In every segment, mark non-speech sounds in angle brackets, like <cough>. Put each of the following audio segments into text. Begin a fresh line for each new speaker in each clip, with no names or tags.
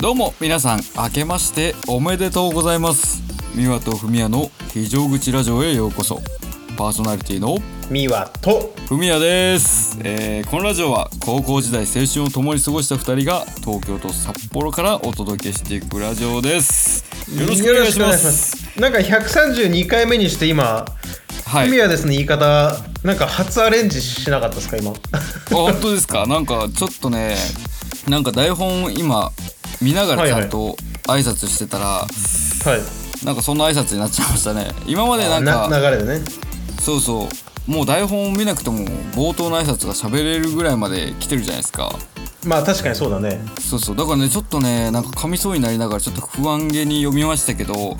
どうも皆さん明けましておめでとうございます三輪と文也の非常口ラジオへようこそパーソナリティの
ミワと
文也です、えーこのラジオは高校時代青春を共に過ごした2人が東京と札幌からお届けしていくラジオですよろしくお願いします
なんか132回目にして今、
は
ミ
い、あ
ワですね言い方なんか初アレンジしなかったで
<laughs>
すか今
本当ですかなんかちょっとねなんか台本今見ながらちゃんと挨拶してたら、
はい
なんかそんな挨拶になっちゃいましたね今までなんか
な流れでね
そうそうもう台本を見なくても冒頭の挨拶が喋れるぐらいまで来てるじゃないですか
まあ確かにそうだね
そうそうだからねちょっとねなんか噛みそうになりながらちょっと不安げに読みましたけど、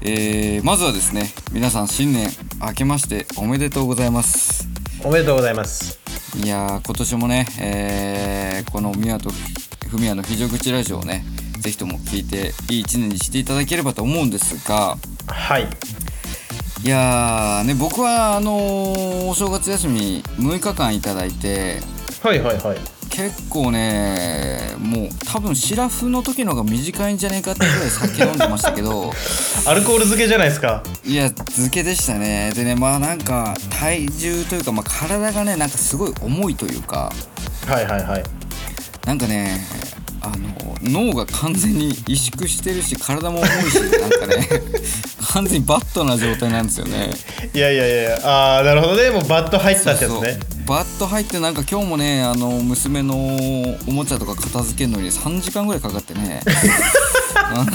えーまずはですね皆さん新年明けましておめでとうございます
おめでとうございます
いやー今年もね、えーこの宮と文也の非常口ラジオをねぜひとも聞いていい一年にしていただければと思うんですが
はい
いやーね僕はあのーお正月休み6日間いただいて
はいはいはい
結構ねもう多分シラフの時の方が短いんじゃねえかってぐらい酒飲んでましたけど
アルコール漬けじゃないですか
いや漬けでしたねでねまあなんか体重というか、まあ、体がねなんかすごい重いというか
はいはいはい
なんかねあの脳が完全に萎縮してるし体も重いしなんかね <laughs> 完全にバットな状態なんですよね
いやいやいやいやあーなるほどねもうバット入ったってやつ <laughs> ね
そうバッと入ってなんか今日もねあの娘のおもちゃとか片付けるのに3時間ぐらいかかってね <laughs> なんか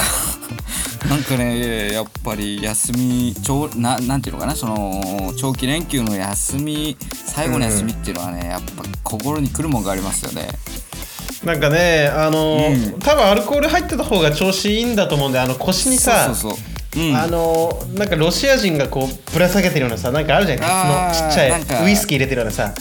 なんかねやっぱり休み長ななんていうのかなその長期連休の休み最後の休みっていうのはね、やっぱ心にくるもんがありますよね
なんかねあのー
う
多分アルコール入ってた方が調子いいんだと思うんであの腰にさ
そうそうそううん
あのなんかロシア人がこうぶら下げてるようなさなんかあるじゃん
あー
靴のちっち
なん
ゃ
か
いウイスキー入れてるようなさ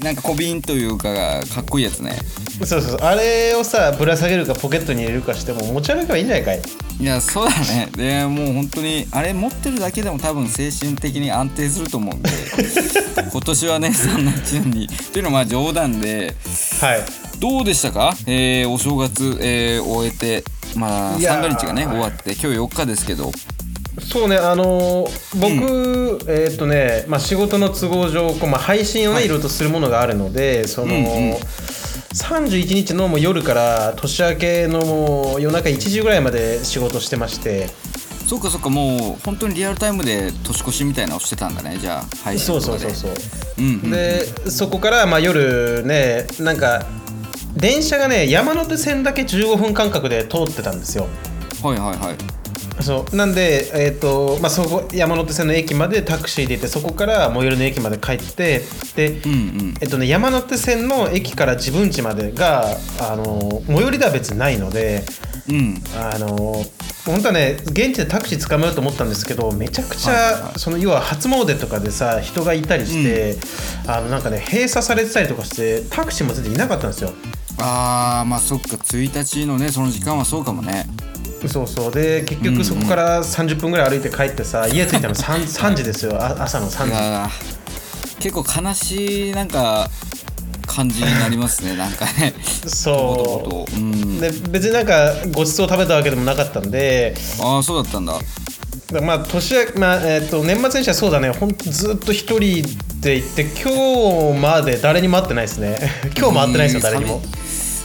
なんか小瓶というかかっこいいやつね
そうそうそうあれをさぶら下げるかポケットに入れるかしても持ち歩けばいいんじゃないかい
いやそうだねでもう本当にあれ持ってるだけでも多分精神的に安定すると思
<laughs>
うんで今年はねそんな一年にというのはまあ冗談で
はい
どうでしたか、えーお正月、えー終えてまあ
いや
三
ー
が日がね終わって今日4日ですけど
そうねあのー僕、えーっ、とね、まあ、仕事の都合上こう、まあ、配信をね、
はい
いろいろとするものがあるのでその、
うんうん
31日のもう夜から年明けのもう夜中1時ぐらいまで仕事してまして
そうかそうかもう本当にリアルタイムで年越しみたいなのをしてたんだねじゃあ配信
そう
とか
そ
で
うそうそ
う
う
んうん
でそこからまあ夜ねなんか電車がね山手線だけ15分間隔で通ってたんですよ
はいはいはい
そうなんで、えーとまあ、そこ山手線の駅までタクシーで行ってそこから最寄りの駅まで帰ってで、
うんうん
えっとね、山手線の駅から自分家までが、あの最寄りでは別にないので、
うん
あの本当はね現地でタクシー捕まえようと思ったんですけどめちゃくちゃ、
はいはいは
その要は初詣とかでさ人がいたりして、あのなんかね閉鎖されてたりとかしてタクシーも全然いなかったんですよ。
あーまあそっか1日のねその時間はそうかもね
そうそうで結局そこから30分ぐらい歩いて帰ってさ、家着いたの 3,
<laughs>
3時ですよあ朝の3
い
時。
やー結構悲しいなんか感じになります
<laughs>
ねなんかねと
そう
とうん
で別になんかごちそう食べたわけでもなかったんで
ああそうだったんだ
だからまあ年明けまあえっと年末年始はそうだねほんとずっと一人で行って今日まで誰にも会ってないですね <laughs> 今日も会ってないですよ誰に
う
も
ん寂し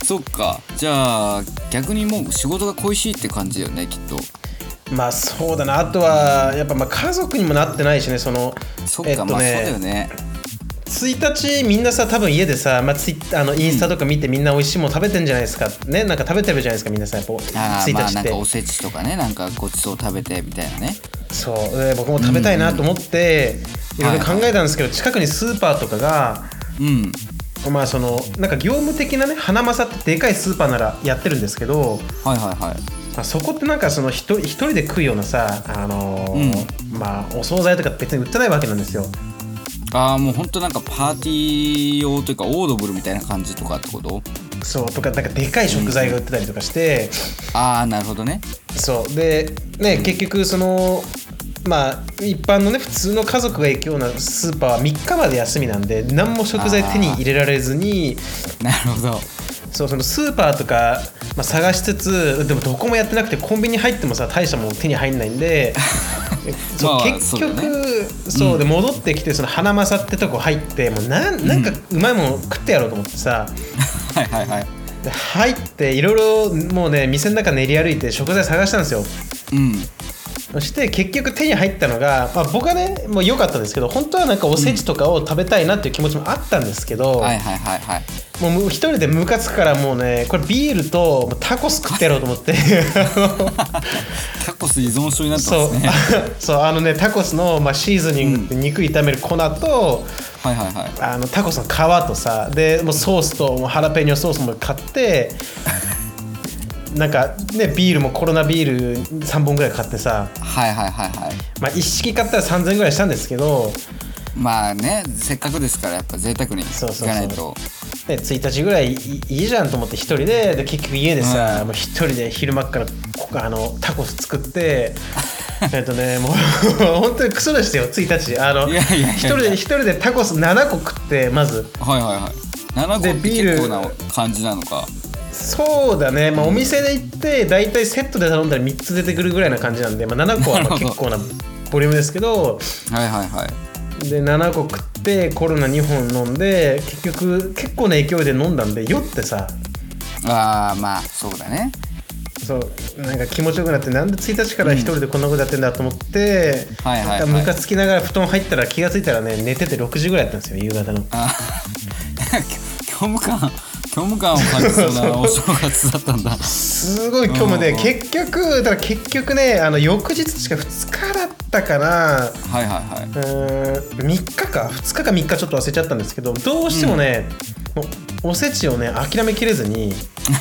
そっかじゃあ逆にもう仕事が恋しいって感じだよねきっと
まあそうだなあとはやっぱまあ家族にもなってないしねその
そっか、
えっと
まあそうだよ
ね
ね
1日みんなさ多分家でさまあツイあのインスタとか見てみんな美味しいもの食べてんじゃないですかねなんか食べてるじゃないですかみんなさやっぱ
あー
1
まあ
日
な
っ
んかお
て
せちとかねなんかごちそう食べてみたいなね
そうで僕も食べたいなと思っていろいろ考えたんですけど近くにスーパーとかが
うん
まあそのなんか業務的なね花正ってでかいスーパーならやってるんですけど、
はいはいはい
まあ、そこってなんかその一人一人で食うようなさ、あのーまあ、お惣菜とか別に売ってないわけなんですよ
ああもうほんとなんかパーティー用というかオードブルみたいな感じとかってこと
そうとかなんかでかい食材が売ってたりとかして、
ああなるほどね
そうでね結局そのまあ一般のね普通の家族が行くようなスーパーは3日まで休みなんで何も食材手に入れられずに
なるほど
そうそのスーパーとか、まあ、探しつつでもどこもやってなくてコンビニ入ってもさ大したもん手に入んない
<laughs>
んでそう
まあ
結
そう
局
だ
そう,、
ね
で戻ってきてその花正ってとこ入ってもうなんなんかうまいもの食ってやろうと思ってさ、
はいはいはい
で入っていろいろもうね店の中練り歩いて食材探したんですよ
うん
そして結局手に入ったのが、まあ、僕はねもう良かったんですけど本当はなんかおせちとかを食べたいなっていう気持ちもあったんですけど、
はいはいはいはい
もうむ一人でムカつくからもうねこれビールともうタコス食ってやろうと思って
<laughs> タコス依存症になってま
そう
すね
そうあのねタコスの、まあ、シーズニングって肉炒める粉と、
はいはいはい
あのタコスの皮とさでもうソースともうハラペーニョソースも買ってなんかねビールもコロナビール3本ぐらい買ってさ、
はいはいはいはい
まあ、一式買ったら3000円ぐらいしたんですけど、
まあねせっかくですからやっぱ贅沢にい
そうそうそう
かないと
ね、1日ぐらいいいいじゃんと思って一人でで結局家でさ、もう一人で昼間っからこあのタコス作って
<laughs>
えっとねもう <laughs> 本当にクソでしたよ1日あの
いやいやいや
一人で一人でタコス7個食ってまず
はいはいはい7個
で
って
ビール
結構な感じなのか
そうだね、まあ、お店で行って大体セットで頼んだら3つ出てくるぐらいな感じなんで、まあ、7個はまあ
なる
結
ほ
構なボリュームですけど
はいはいはい
で7個食ってコロナ2本飲んで結局結構な勢いで飲んだんで酔ってさ
ああまあそうだね
そうなんか気持ちよくなってなんで1日から一人でこんなことやってんだと思って、
はいはいはい
なんかムカつきながら布団入ったら気がついたらね寝てて6時ぐらいやったんですよ夕方の
あー <laughs> 虚無感虚無感を感じそうなお正月だった <laughs> んだ
すごい今日も
う
ね
ん
結局だから結局ねあの翌日しか2日だったかなう
はいはいはい
ーん3日か2日か3日ちょっと忘れちゃったんですけどどうしてもね、もうおせちをね諦めきれずに
<laughs>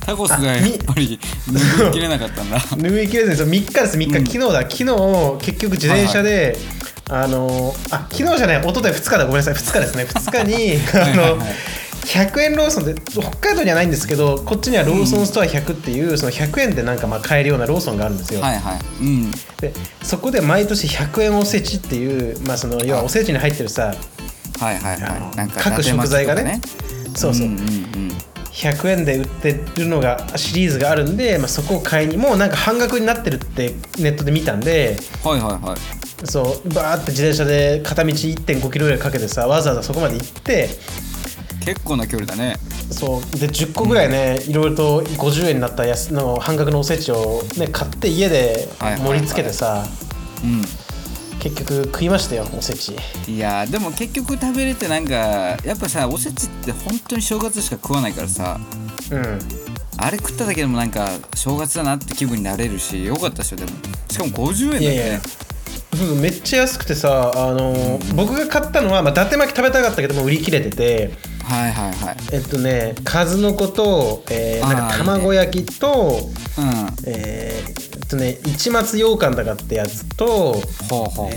タコスがやっぱり拭いきれなかったんだ
縫いきれずにそ3日です3日、
うん
昨日だ昨日結局自転車で、あのあ昨日じゃない一昨日2日だごめんなさい2日ですね2日に
<laughs> はいはい
あの100円ローソンで北海道にはないんですけどこっちにはローソンストア100っていう、その100円でなんかまあ買えるようなローソンがあるんですよ、
はいはいうん
でそこで毎年100円おせちっていう、まあ、その要はおせちに入ってるさ
はいはいはいなんか
各食材がねそうそう、
んうんうん
100円で売ってるのがシリーズがあるんで、まあ、そこを買いにもうなんか半額になってるってネットで見たんで
はいはいはい
そうバーって自転車で片道1 5キロぐらいかけてさわざわざそこまで行って
結構な距離だね
そうで10個ぐらいね、いろいろと50円になった安の半額のおせちを、ね、買って家で盛り付けてさ、
うん
結局食いましたよおせち
いやーでも結局食べれてなんかやっぱさおせちって本当に正月しか食わないからさ
うん
あれ食っただけでもなんか正月だなって気分になれるしよかったっしょでもしかも50円だっ
い
て
やいやそうめっちゃ安くてさ、あのー僕が買ったのは、まあ、伊達巻き食べたかったけどもう売り切れてて
はいはいはい
えっとね数の子と、えー
あー
なんか卵焼きと
うん
えーえっとね一松羊羹だかってやつと
ほうほうほう、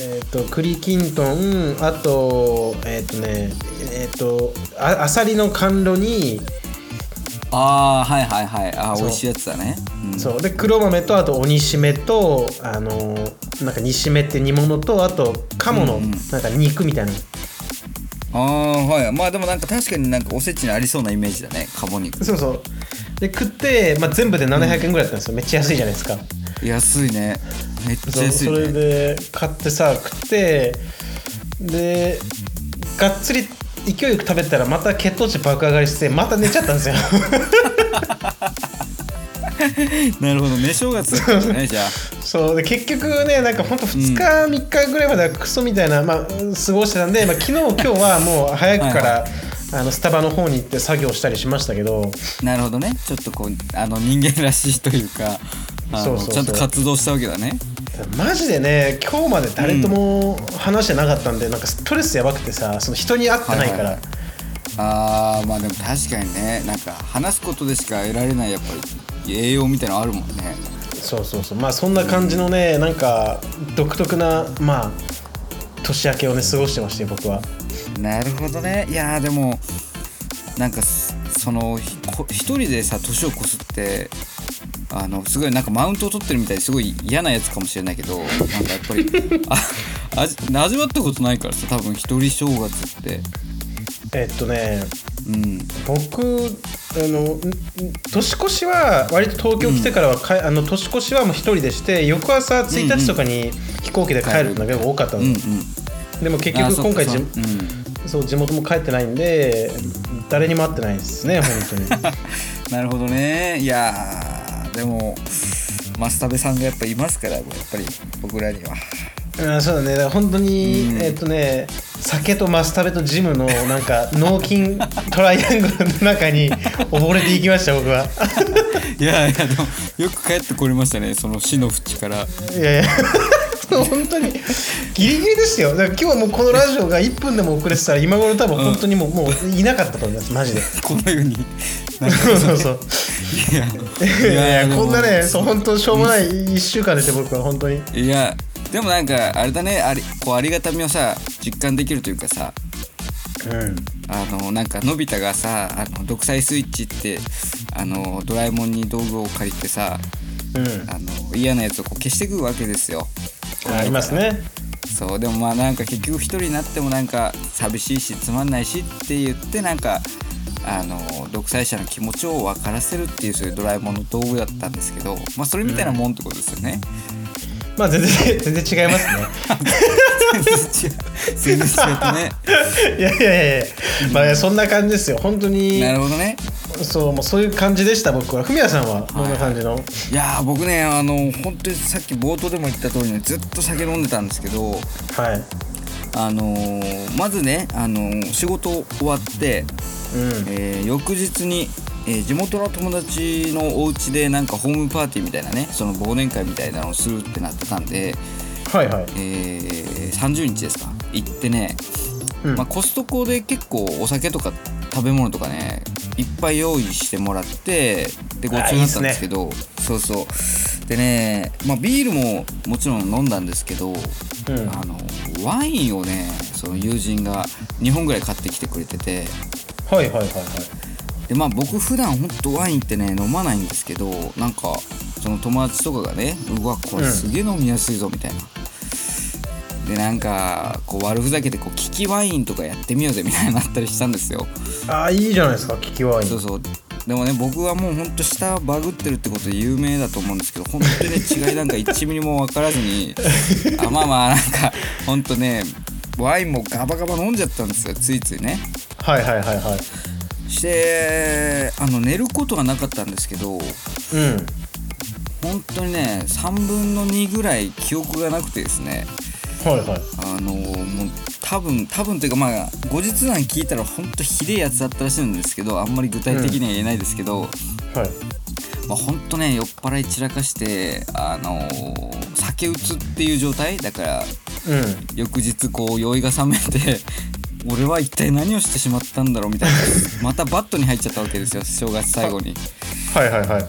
えーっと栗きんとんあとえーっとねえーっとああさりの甘露に
ああはいはいはいあー
そう
美味しいやつだね、うん、
そうで黒豆とあと鬼しめとあのーなんか煮しめって煮物とあと鴨の
うんうん
なんか肉みたいな、
ああはいまあでもなんか確かになんかおせちにありそうなイメージだねカボ肉
そうそうで食って、まあ、全部で700円ぐらいだったんですよ、めっちゃ安いじゃないですか
安いねめっち
そ
ゃ
う
安
そ
い
れ
ね
で買ってさ食ってでがっつり勢いよく食べたらまた血糖値爆上がりしてまた寝ちゃったんですよ
なるほどね正月だったんだねじゃあ
そうで結局ねなんかほんと2日、3日ぐらいまではクソみたいな、まあ、過ごしてたんで、まあ、昨日今日はもう早くからあのスタバの方に行って作業したりしましたけど
なるほどねちょっとこうあの人間らしいというかあ
そ
の
うそうそう
ちゃんと活動したわけだね
マジでね今日まで誰とも話してなかったんで、なんかストレスやばくてさその人に会ってないから、
はいはいあーまあでも確かにねなんか話すことでしか得られないやっぱり栄養みたいなのあるもんね
そうそうそうまあそんな感じのね、なんか独特なまあ年明けをね過ごしてまして僕は
なるほどねいやーでもなんかすそのひこ一人でさ年を越すってあのすごいなんかマウントを取ってるみたいですごい嫌なやつかもしれないけどなんかやっぱ <laughs> りあ味味わったことないからさ多分一人正月って
えっとね
うん
僕あのんん年越しは割と東京来てからはか、あの年越しはもう一人でして翌朝1日とかに飛行機で帰るのが多かったの、
うんうん
でも結
あ
局
そっか
今回じ
そっかうん
そう地元も帰ってないんで誰にも会ってないですね本当に
なるほどねいやーでもマスタベさんがやっぱいますからやっぱり僕らには <laughs>
うんそうだねだから本当に、
うん
えっとね酒とマスタベとジムのなんか脳筋トライアングルの中に溺れていきました僕は
いやいやでもよく帰ってこれましたねその死の淵から
いやいや <laughs> 本当にギリギリでしたよだから今日もうこのラジオが1分でも遅れてたら今頃多分本当にもう,、もういなかったと思いますマ <laughs> ジで
この <laughs> ようになんか
そうそうそう
いや
いやい
で
や
も
こんなねそう本当しょうもない1週間でした僕は本当に
いやでもなんかあれだねありこうありがたみをさ実感できるというかさ
うん
あのなんかのび太がさあの独裁スイッチってあのドラえもんに道具を借りてさ
うん
あの嫌なやつをこう消していくわけですよ
ありますね
そうでもまあなんか結局一人になってもなんか寂しいしつまんないしって言ってなんかあの独裁者の気持ちを分からせるっていうそういうドラえもんの道具だったんですけどまあそれみたいなもんってことですよね、
まあ全然 <laughs> 全然違いますね
全然違う全然違ったね
<laughs> いやいやいやいやまあいやそんな感じですよ本当に
なるほどね
そうもうそういう感じでした僕はフミヤさんはどんな感じの、
いやー僕ねあの本当にさっき冒頭でも言った通りにずっと酒飲んでたんですけど
はい
あのーまずね、あのー仕事終わって、
うん
えー翌日に、えー地元の友達のお家でなんかホームパーティーみたいなねその忘年会みたいなのをするってなってたんで、
はいはい
えー30日ですか行ってね、
うん
まあ、コストコで結構お酒とか食べ物とかねいっぱい用意してもらってでごちそうになったんですけどそうそうでね、まあ、ビールももちろん飲んだんですけど、
うん
あのワインをねその友人が2本ぐらい買ってきてくれてて
はいはいはいはい
でまあ僕普段ほんとワインってね飲まないんですけどなんかその友達とかがねうわこれすげえ飲みやすいぞみたいな。でなんかこう悪ふざけてこう利きワインとかやってみようぜみたいになったりしたんですよ。
ああいいじゃないですか聞きワイン
そうそうでもね僕はもうほんと下バグってるってことで有名だと思うんですけど本当にね違いなんか1ミリも分からずにあまあまあなんかほんとねワインもガバガバ飲んじゃったんですよついついね
はいはいはいはい
してあの寝ることがなかったんですけど
うん
本当にね3分の2ぐらい記憶がなくてですね
はいはい
あのもう多分多分というかまあ後日談聞いたらほんとひでえやつだったらしいんですけどあんまり具体的には言えないですけど、
はい
まあ、ほんとね酔っ払い散らかしてあのー酒うつっていう状態だから
うん
翌日こう酔いが覚めて俺は一体何をしてしまったんだろうみたいなまたバットに入っちゃったわけですよ正月最後に
はいはいはい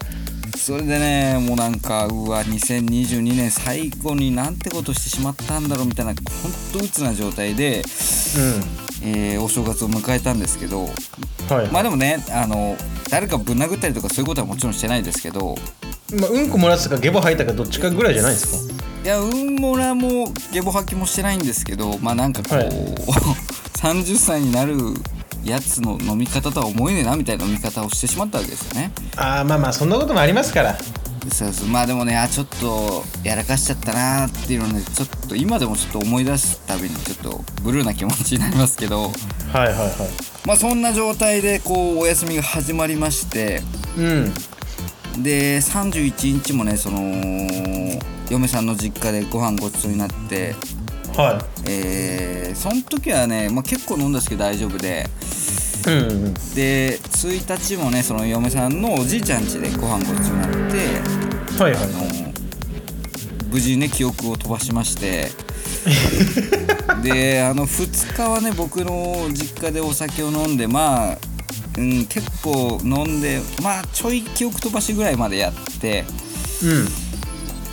それでねもうなんかうわ2022年最後になんてことしてしまったんだろうみたいなほんと鬱な状態で、えーお正月を迎えたんですけど
うんはい
まあでもねあの誰かぶん殴ったりとかそういうことはもちろんしてないですけど
まあ、うんこ漏らすかゲボ吐いたかどっちかぐらいじゃないですか
いやうんもらもゲボ吐きもしてないんですけどまあなんかこう、
はい
<laughs> 30歳になるやつの飲み方とは思えねえなみたいな飲み方をしてしまったわけですよね
ああまあまあそんなこともありますから
そうそうまあでもねあちょっとやらかしちゃったなーっていうのねちょっと今でもちょっと思い出すたびにちょっとブルーな気持ちになりますけど
はいはいはい
まあそんな状態でこうお休みが始まりまして
うん
で31日もねその嫁さんの実家でご飯ごちそうになって
は
えー、その時はね、まあ、結構飲んだんですけど大丈夫で
いうんうん
で1日もねその嫁さんのおじいちゃん家でご飯ごちそうになって
はいはい
あの無事にね記憶を飛ばしましてであの2日はね僕の実家でお酒を飲んでまあ、うん、結構飲んでまあちょい記憶飛ばしぐらいまでやって
うん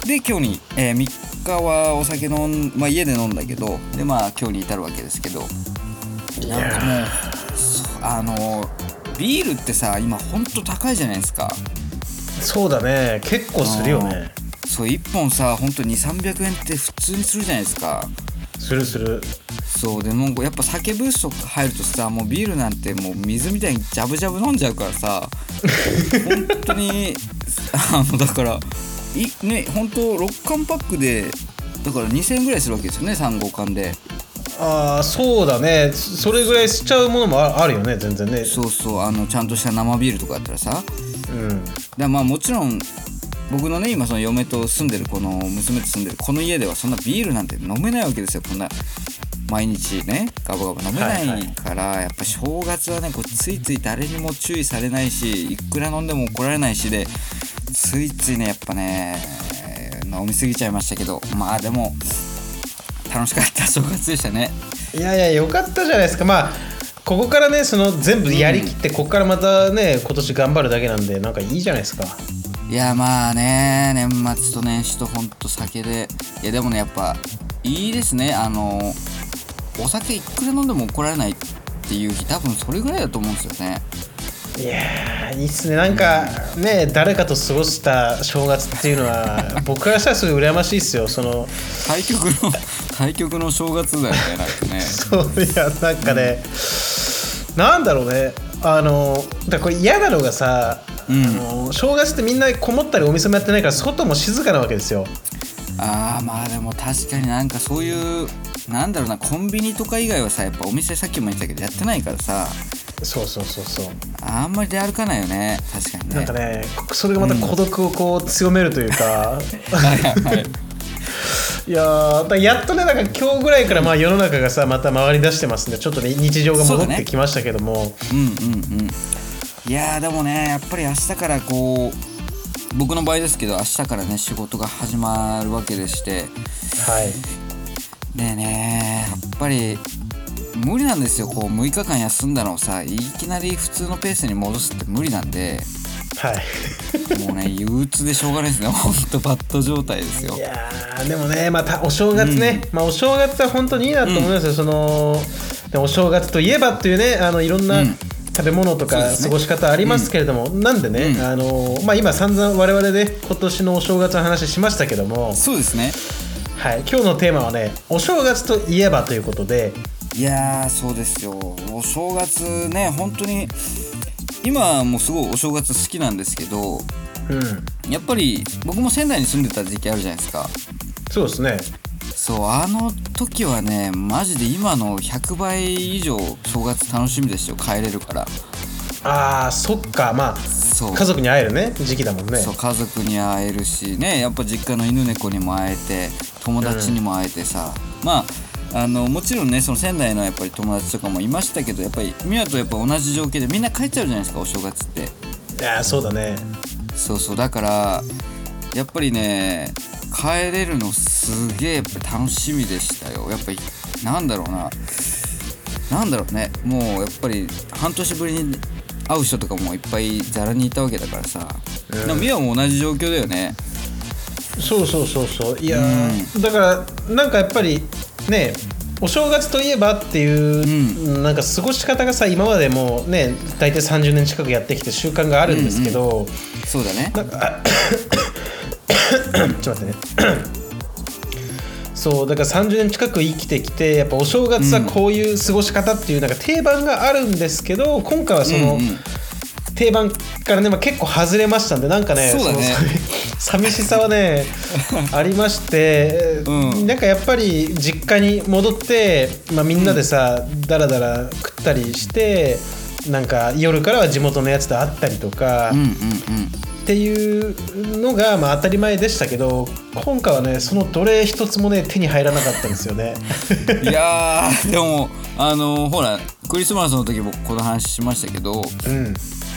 で今日に、え3日はお酒飲ん、まあ、家で飲んだけどでまあ今日に至るわけですけどなんかもうそあのビールってさ今ほんと高いじゃないですか
そうだね結構するよね
そう1本さほんと2 3 0 0円って普通にするじゃないですか
するする
そうでもうやっぱ酒ブースト入るとさもうビールなんてもう水みたいにジャブジャブ飲んじゃうからさ本当にあのだからいね本当6缶パックでだから2000円ぐらいするわけですよね3号缶で
ああそうだねそそれぐらいしちゃうものもああるよね全然ね
そうそうあのちゃんとした生ビールとかだったらさ
うん
だまあもちろん僕のね今その嫁と住んでるこの娘と住んでるこの家ではそんなビールなんて飲めないわけですよこんな毎日ねガバガバ飲めな
はいはい
いから、やっぱ正月はねこうついつい誰にも注意されないしいくら飲んでも怒られないしでついついねやっぱね飲みすぎちゃいましたけどまあでも楽しかった正月でしたね
いやいやよかったじゃないですかまあここからねその全部やりきって、ここからまたね今年頑張るだけなんでなんかいいじゃないですか
いやまあね年末と年始とほんと酒でいやでもねやっぱいいですねあのお酒いくら飲んでも怒られないっていう日多分それぐらいだと思うんですよね
いやーいいっすねなんかね誰かと過ごした正月っていうの <laughs> は僕からしたらすごい羨ましいっすよその
対局の対局の正月だよねなんかね
そういやなんかね、なんだろうねあのだからこれ嫌なのがさ、
うん
あの正月ってみんなこもったりお店もやってないから外も静かなわけですよ
ああまあでも確かになんかそういうなんだろうなコンビニとか以外はさやっぱお店さっきも言ったけどやってないからさ
そうそうそうそう
あんまり出歩かないよね確かにね
なんかねそれがまた孤独をこう強めるというか、
はいはいはい
<laughs> いやーだからやっとねなんか今日ぐらいからまあ世の中がさまた回り出してますんでちょっとね日常が戻ってきましたけども、
うんうんうんいやーでもねやっぱり明日からこう僕の場合ですけど明日からね仕事が始まるわけでして
はい
でねやっぱり無理なんですよこう6日間休んだのをさいきなり普通のペースに戻すって無理なんで
はい
<laughs> もうね憂鬱でしょうがないですねほんとバット状態ですよ
いやーでもねまたお正月ね、まあお正月は本当にいいなと思いますよ、そのでお正月といえばというねあのいろんな、
うん
食べ物と
そう
か
です
過
ね
ごし方ありますけれども、なんでね、
うん
あのまあ、今散々我々で今年のお正月の話しましたけども、
そうですね
はい、今日のテーマはねお正月といえばということで
いやーそうですよお正月ね本当に今もすごいお正月好きなんですけど
うん
やっぱり僕も仙台に住んでた時期あるじゃないですか
そうですね
そうあの時はねマジで今の100倍以上正月楽しみでしたよ帰れるから
あーそっかまあ
そう
家族に会えるね時期だもんね
そう家族に会えるしねやっぱ実家の犬猫にも会えて友達にも会えてさ、まああのもちろんねその仙台のやっぱり友達とかもいましたけどやっぱりミワとやっぱ同じ状況でみんな帰っちゃうじゃないですかお正月って
いやーそうだね
そうそうだからやっぱりね帰れるのすげえやっぱ楽しみでしたよやっぱりなんだろうななんだろうねもうやっぱり半年ぶりに会う人とかもいっぱいざらにいたわけだからさ、
う
で
ん
も美和も同じ状況だよね
そうそうそうそういやー、だからなんかやっぱりねお正月といえばっていう、なんか過ごし方がさ今までもうね大体30年近くやってきて習慣があるんですけど、
そうだね
なんかあちょっと待ってね <clears throat> そうだから30年近く生きてきてやっぱお正月はこういう過ごし方っていうなんか定番があるんですけど今回はその、
うんうん
定番からね、まあ、結構外れましたんでなんかね
そうだね
その寂寂しさは
<laughs>
ねありまして、
うん
なんかやっぱり実家に戻って、まあ、みんなでさ、だらだら食ったりしてなんか夜からは地元のやつと会ったりとか。
うんうんうん
っていうのがまあ当たり前でしたけど今回はねそのどれ一つもね手に入らなかったんですよね
いやーでもあのほらクリスマスの時もこの話しましたけど
うん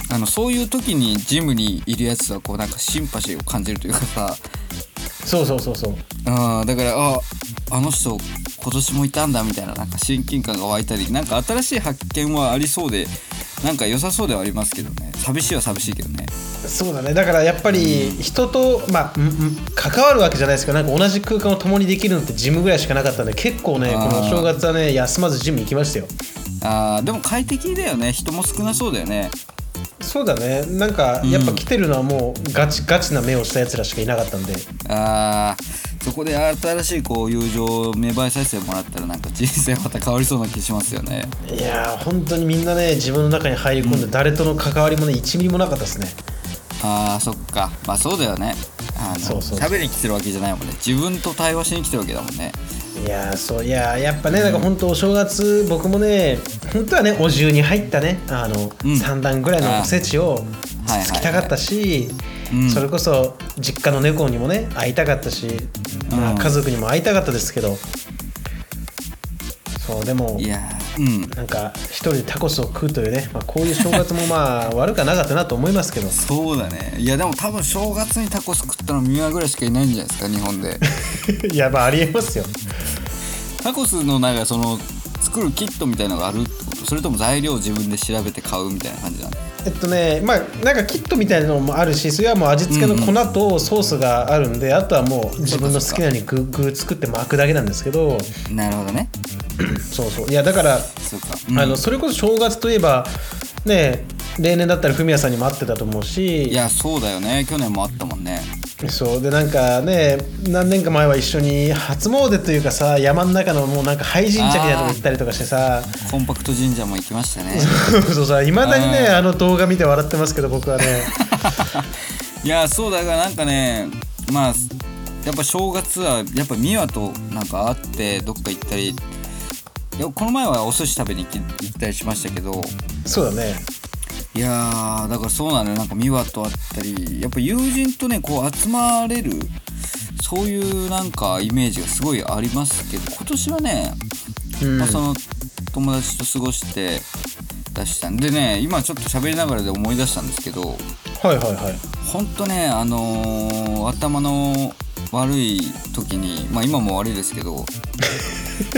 あのそういう時にジムにいるやつはこうなんかシンパシーを感じるというかさ
そうそうそうそう
あーだからああの人今年もいたんだみたいななんか親近感が湧いたりなんか新しい発見はありそうでなんか良さそうではありますけどね寂しいは寂しいけどね
そうだねだからやっぱり人と、まあ、んん関わるわけじゃないですけどなんか同じ空間を共にできるのってジムぐらいしかなかったんで結構ねこ
あー
の正月はね休まずジム行きましたよ
あーでも快適だよね人も少なそうだよね
そうだねなんかやっぱ来てるのはもうガチガチな目をしたやつらしかいなかったんで、
あそこで新しいこう友情を芽生えさせてもらったらなんか人生また変わりそうな気しますよね
いやー本当にみんなね自分の中に入り込んで誰との関わりもね1ミリもなかったですね
あーそっかまあそうだよねあの
そうそうそう
喋りに来てるわけじゃないもんね自分と対話しに来てるわけだもんね
いやーそういやーやっぱねなんか本当お正月僕もね本当はねお重に入ったねあの、
うん
3段ぐらいのおせちを
あー
つきたかったし、
はいうん
それこそ実家の猫にもね会いたかったし、まあ
うん
家族にも会いたかったですけどそうでも
いやーうん
なんか一人でタコスを食うというね、まあ、こういう正月もまあ悪くはなかったなと思いますけ
<laughs>
ど
そうだねいやでも多分正月にタコス食ったのミワぐらいしかいないんじゃないですか日本 <laughs> で
いやまあありえますよ
タコスのなんかその作るキットみたいのがあるってことそれとも材料を自分で調べて買うみたいな感じなの
えっとねまあなんかキットみたいなのもあるしそれはもう味付けの粉とソースがあるんで、あとはもう自分の好きなように具具作って巻くだけなんですけど
なるほどね
そうそういやだから、
そうか、うん
あのそれこそ正月といえばね例年だったらフミヤさんにも会ってたと思うし
いやそうだよね去年もあったもんね
そうでなんかね何年か前は一緒に初詣というかさ山の中のもうなんか廃神社みたいなとこ行ったりとかし
<laughs>
てさ
コンパクト神社も行きま <laughs> したね
そうさいまだにね
うん
あの動画見て笑ってますけど僕はね
いやそうだからなんかねまあやっぱ正月はやっぱ美和となんか会ってどっか行ったりいやこの前はお寿司食べに行き行ったりしましたけど
そうだね
いやーだからそうなのよなんか美和と会ったりやっぱ友人とねこう集まれるそういうなんかイメージがすごいありますけど今年はね、
うん
まあ、その友達と過ごして出したんでね今ちょっと喋りながらで思い出したんですけど
はいはいはい
ほんとねあのー頭の悪い時にまあ今も悪いですけ
<laughs>
ど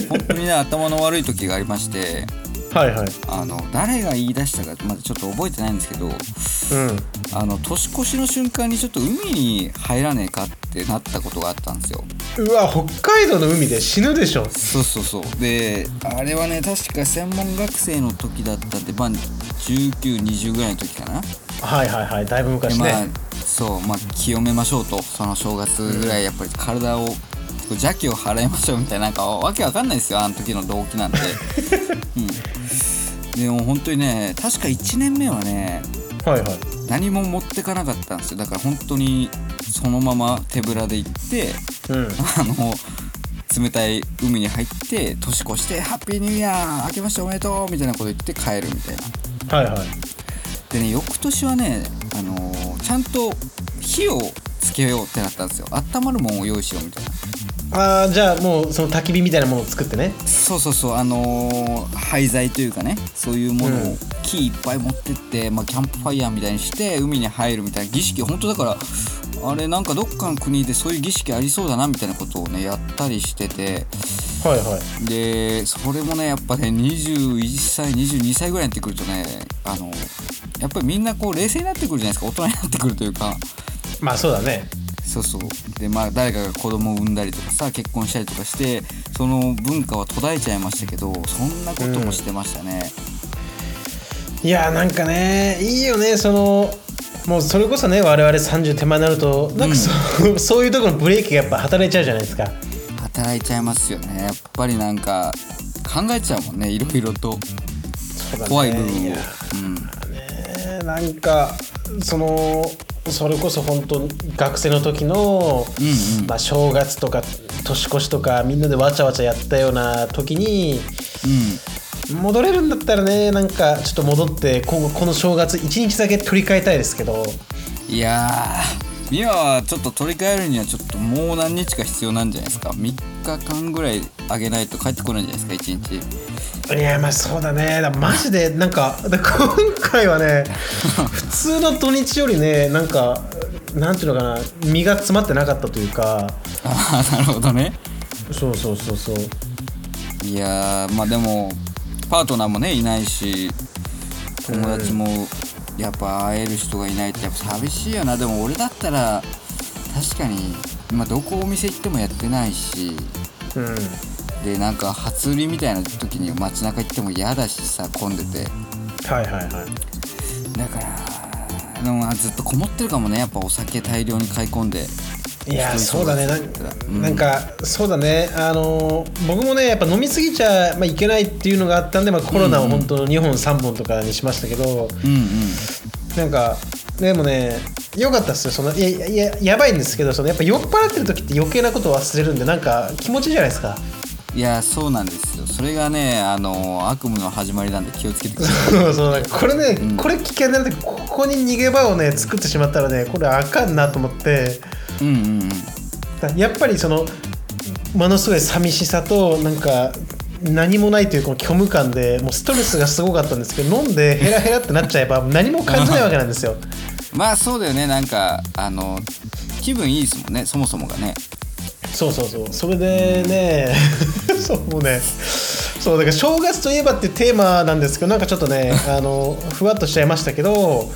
本当にね頭の悪い時がありまして
はいはい
あの誰が言い出したかまだちょっと覚えてないんですけど
うん
あの年越しの瞬間にちょっと海に入らねえかってなったことがあったんですよ
うわ北海道の海で死ぬでしょ
そうそうそうであれはね確か専門学生の時だったんでまあ1920ぐらいの時かな、
はいはいはいだいぶ
で
昔
まあ
ね
そうまあ清めましょうとその正月ぐらいやっぱり体をこう邪気を払いましょうみたいななんかわけわかんないですよあの時の動機 <laughs> なんて、うん、でも本当にね確か1年目はね
はいはい
何も持ってかなかったんですよだから本当にそのまま手ぶらで行って
うん
あの冷たい海に入って年越して「ハッピーニューイヤー明けましておめでとう」みたいなこと言って帰るみたいな
はいはい
でね翌年はね、あのーちゃんと火をつけようってなったんですよ温まるもんを用意しようみたいな
ああじゃあもうその焚き火みたいなものを作ってね
そうそうそうあのー廃材というかねそういうもの
う
を
ん
木いっぱい持ってって、まあ、キャンプファイヤーみたいにして海に入るみたいな儀式本当だからあれなんかどっかの国でそういう儀式ありそうだなみたいなことをねやったりしてて
はいはい
でそれもねやっぱね21歳22歳ぐらいになってくるとねあのやっぱりみんなこう冷静になってくるじゃないですか大人になってくるというか。
まあそうだね
そうそうでまあ誰かが子供を産んだりとかさ結婚したりとかしてその文化は途絶えちゃいましたけどそんなこともしてましたね、
いやーなんかねいいよねそのもうそれこそね我々30手前になるとなんかそう,、 <laughs> そういうところのブレーキがやっぱ働いちゃうじゃないですか
働いちゃいますよねやっぱりなんか考えちゃうもんねいろいろと
そうだね
怖い部分を、
や
うん、
ねーなんかそのそれこそ本当学生の時の、
うんうん
まあ、正月とか年越しとかみんなでわちゃわちゃやったような時に戻れるんだったらねなんかちょっと戻って今後この正月1日だけ取り替えたいですけど
うんいやー美和はちょっと取り替えるにはちょっともう何日か必要なんじゃないですか3日間ぐらいあげないと帰ってこないんじゃないですか1日。
いやまあそうだねだマジでなんかだ今回は <laughs> ね普通の土日よりねなんかなんていうのかな身が詰まってなかったというか
ああなるほどね
そうそうそうそう
いやーまあでもパートナーもねいないし友達もやっぱ会える人がいないってやっぱ寂しいよなでも俺だったら確かに今どこお店行ってもやってないし
うん
でなんか初売りみたいな時に街中行っても嫌だしさ混んでて
はいはいはい
だからでもまあずっとこもってるかもねやっぱお酒大量に買い込んで
いや
一人
そうだねな
一人だった
んなんか、そうだねあの僕もねやっぱ飲みすぎちゃ、まあ、いけないっていうのがあったんで、まあ、コロナを本当2本3本とかにしましたけど、
うんうん
なんかでもね良かったっすよそのいやいややばいんですけどそのやっぱ酔っ払ってる時って余計なことを忘れるんでなんか気持ちいいじゃないですか
いやそうなんですよそれがねあの悪夢の始まりなんで気をつけてください
そうそうなんかこれね、これ危険なんでここに逃げ場をね作ってしまったらねこれあかんなと思って
うんうんうん
だやっぱりそのものすごい寂しさとなんか何もないというこの虚無感でもうストレスがすごかったんですけど飲んでヘラヘラってなっちゃ <laughs> えば何も感じないわけなんですよ。
まあそうだよねなんかあの気分いいですもんねそもそもがね
<laughs> そうそうそうそれでね <laughs> そうもうねそうだから正月といえばっていうテーマなんですけどなんかちょっとね <laughs> あのふわっとしちゃいましたけど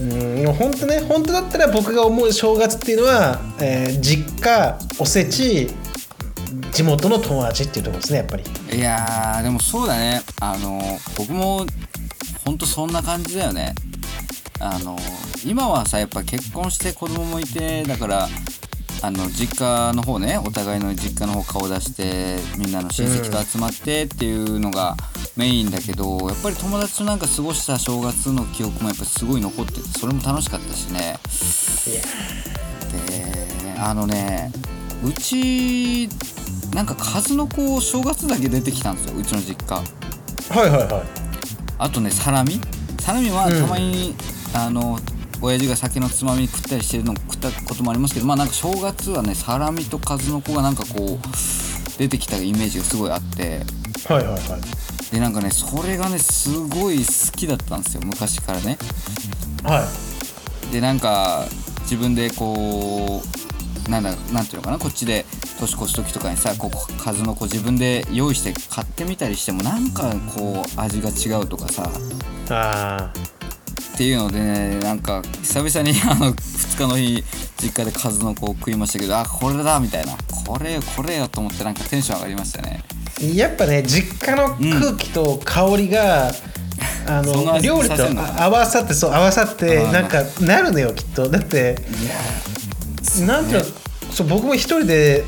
うん
うん本当ね本当だったら僕が思う正月っていうのは、えー実家おせち地元の友達っていうところですねやっぱり。
うんいやーでもそうだねあの僕もほんとそんな感じだよねあの今はさやっぱ結婚して子供もいてだからあの実家の方ねお互いの実家の方顔出してみんなの親戚が集まってっていうのがメインだけどやっぱり友達となんか過ごした正月の記憶もやっぱすごい残っててそれも楽しかったしね
いや
であのねうちなんか数の子正月だけ出てきたんですようちの実家
はいはいはい。
あとねサラミサラミは
うん
たまに、あの親父が酒のつまみ食ったりしてるの食ったこともありますけどまあなんか正月はねサラミと数の子がなんかこう出てきたイメージがすごいあって
はいはいはい。
でなんかねそれがねすごい好きだったんですよ昔からね
は
でなんか自分でこうなんだなんていうのかなこっちで年越す時とかにさこう数の子自分で用意して買ってみたりしてもなんかこう味が違うとかさ
い。あ
っていうのでねなんか久々にあの2日の日実家で数の子を食いましたけどあこれだみたいなこれよこれよと思ってなんかテンション上がりましたね
あ。やっぱね、実家の空気と香りが、あ
そんな
の
味
料理
さ
と
せんのかな
あ合わさってそう合わさって
あー
なんかなるのよきっとだって
いや
なんていうのそう僕も一人で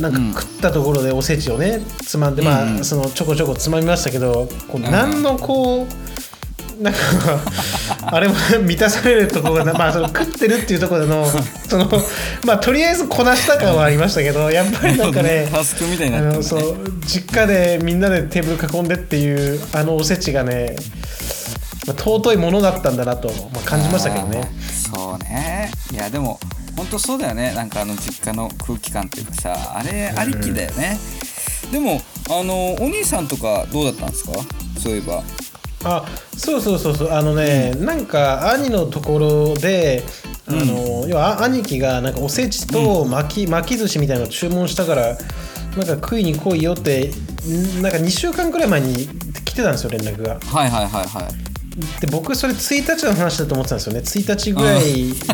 なんか食ったところでおせちをねつまんで、
うん
ま
う
あ
ん
そのちょこちょこつまみましたけどこう何のこ
<laughs>
うなんかあれも満たされるところがなまあその食ってるっていうところでのそのまあとりあえずこなした感はありましたけどやっぱりなんかね
<laughs> タスクみたいに
あ
なって
の
る
そ
ね
う実家でみんなでテーブル囲んでっていうあのおせちがね、まあ尊いものだったんだなと、まあ、感じましたけどね
あ。ーそうねいやでも本当そうだよねなんかあの実家の空気感っていうかさあれありきだよね、でもあのお兄さんとかどうだったんですかそういえば
あそうそうそうそうあのね、なんか兄のところであの、要はあ兄貴がなんかおせちと巻き,、巻き寿司みたいなのを注文したからなんか食いに来いよってんなんか2週間くらい前に来てたんですよ連絡が。
はいはいはいはい
で僕それ1日の話だと思ってたんですよね1日ぐらい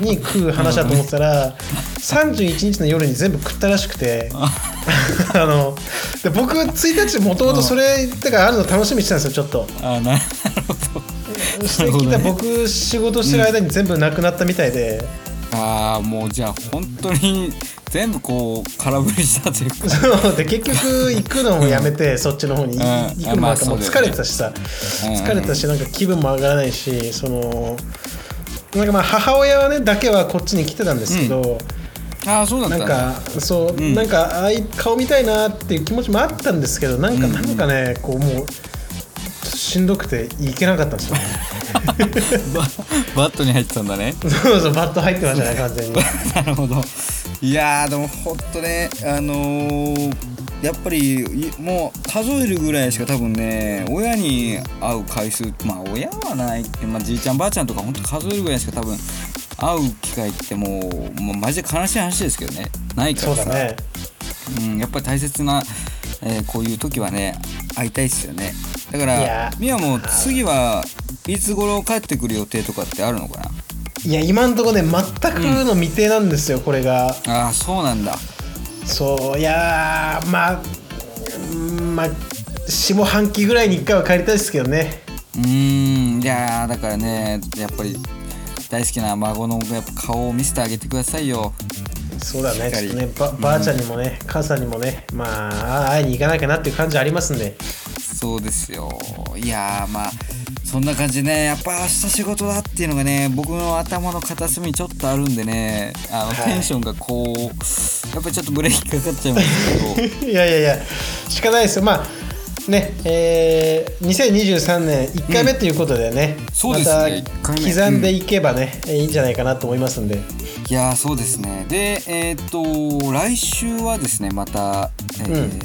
に食う話だと思ってたら31日の夜に全部食ったらしくて <laughs> あので僕1日もともとそれだからあるの楽しみにしてたんですよちょっと
あーなるほど
してきた僕仕事してる間に全部なくなったみたいで、
ああもうじゃあ本当に全部こう空振りしたというか
そうで結局行くのもやめてそっちの方
う
に
ん
行くのもなんかもう
まあそう
疲
だよね
れてたしさ
うん
疲れてたしなんか気分も上がらないしそのなんかまあ母親はねだけはこっちに来てたんですけど、
<laughs> ああそうだった
なんかそう、
ん
なんかああいう顔見たいなっていう気持ちもあったんですけどなんかなんかねこうもうしんどくて行けなかったんですよね
<laughs> ババットに入ってたんだね
そうそうバット入ってましたね完全に。
<laughs> なるほどいやーでもほんとねあのーやっぱりいもう数えるぐらいしか多分ね親に会う回数まあ親はないって、まあ、じいちゃんばあちゃんとかほんと数えるぐらいしか多分会う機会ってもうもうマジで悲しい話ですけどねないか
そ
ら
う
さ
だね
うん、やっぱり大切な、えーこういう時はね会いたいっすよねだか
い
ら
や
みやもう次はいつ頃帰ってくる予定とかってあるのか
いや今んとこね全くの未定なんですよ、これが
なああそうなんだ
そういやーまあうんまあ45半期ぐらいに1回は帰りたいですけどね
うーんいやーだからねやっぱり大好きな孫のやっぱ顔を見せてあげてくださいよ
そうだ
し
ね、
っ
ち
か
ょ
り
っとね、ばばあちゃんにもね、母さんにもね、まあ、会いに行かなきゃなっていう感じありますんで、
そうですよいやーまあそんな感じでねやっぱ明日仕事だっていうのがね僕の頭の片隅にちょっとあるんでねあの、
はい
テンションがこうやっぱりちょっとブレーキかかっちゃいます
<laughs>
けど
いやいやいや、しかないですよ、まあ、ね、えー、2023年1回目ということでね、
そう
ま
です
た
ね一回目
刻んでいけばね、いいんじゃないかなと思いますんで、
いやーそうですねでえーっと来週はですねまた、えー
うん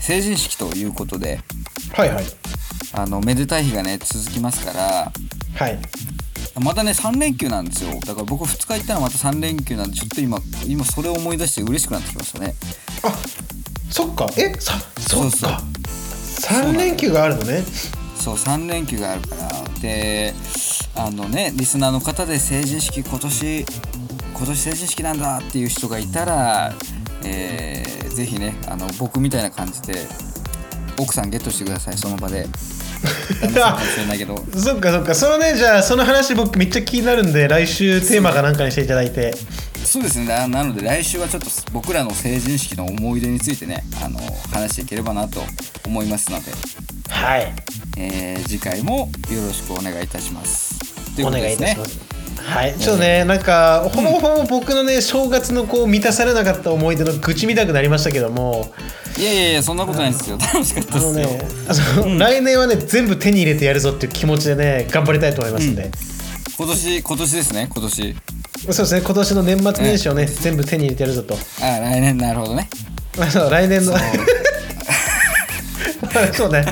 成人式ということで
はいはい、
あのめでたい日がね続きますから
はい、
またね3連休なんですよだから僕2日行ったらまた3連休なんでちょっと今今それを思い出して嬉しくなってきましたね
あそっか、えさそ
そう
っ
そう
か、3連休があるのね、
そう3連休があるからであのねリスナーの方で成人式今年今年成人式なんだっていう人がいたら、えー、ぜひねあの僕みたいな感じで奥さんゲットしてくださいその場で旦那さんかもしれないけど
そっかそっか、そのね、じゃあ、その話、僕、めっちゃ気になるんで、来週、テーマかなんかにしていただいて。
そうですねななので来週はちょっと僕らの成人式の思い出についてねあの話していければなと思いますので、
はい、
えー次回もよろしくお願いいたしますとう
お
こと
願
で
いい
す
た
ね
します。はい、ちょっとね、なんか、ほぼほぼ僕のね、正月のこう満たされなかった思い出の愚痴みたくなりましたけども、
いやいやいやそんなことないですよ楽しかった
あ
です
の
よ、
ね、あの来年はね、全部手に入れてやるぞっていう気持ちでね、頑張りたいと思いますんで、
今年今年ですね今年
そうですね、今年の年末年始をね、全部手に入れてやるぞと、
あ来年なるほどね
あの来年の。 <laughs> そうね、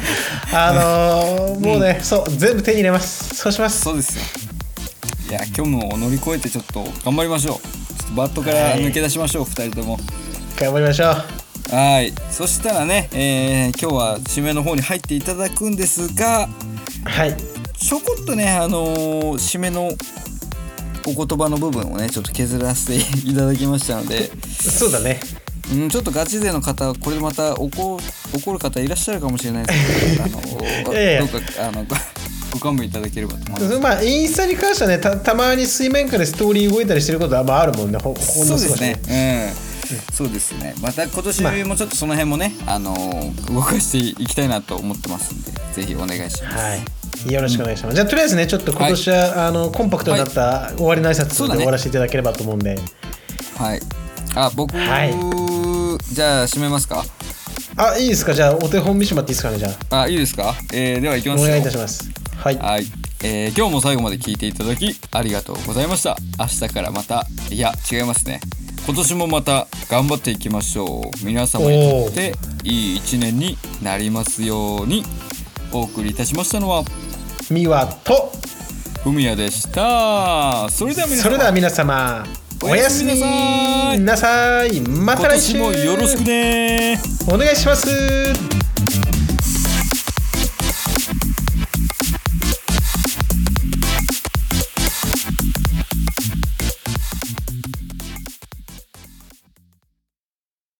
あのーもうね、そう、全部手に入れます、そうします。
そうですよいや虚無を乗り越えてちょっと頑張りましょうちょっとバットから
はい
抜け出しましょう、二人とも
頑張りましょう。
はいそしたらね、えー今日は締めの方に入っていただくんですが
はい、
ちょこっとねあのー締めのお言葉の部分をねちょっと削らせていただきましたので、
そうだね。
うん、ちょっとガチ勢の方これでまた怒怒る方いらっしゃるかもしれないですけどあのー
<laughs> いやいや
どうかあの <laughs> ごご勘弁いただければと思います。
まあ、インスタに関してはねたたまに水面下でストーリー動いたりしてることはまああるもんねほほんの
そうですね
少し。
うん。そうですね。また今年もちょっとその辺もね、あのー動かしていきたいなと思ってますんで、ぜひお願いします。
はいよろしくお願いします、じゃあとりあえずねちょっと今年は、あのコンパクトになった終わりの挨拶
そう
で
だね
終わらせていただければと思うんで、
はい。あ、僕、
はい
じゃあ閉めますか。
あいいですかじゃあお手本見してもらっていいですかねじゃあ
あ、いいですか。えーでは行きま
お
すよ。
願いいたしますはい
はい。えー今日も最後まで聞いていただきありがとうございました。明日からまた、いや、違いますね。今年もまた頑張っていきましょう。皆様にとっていい一年になりますように。お送りいたしましたのは、
ミワと
ふみやでしたそれでは皆
そ
さん
れでは皆様お
お
や
や
す
す
み
みなさい
なさいまた
今
来週
年もよろしくね
お願いします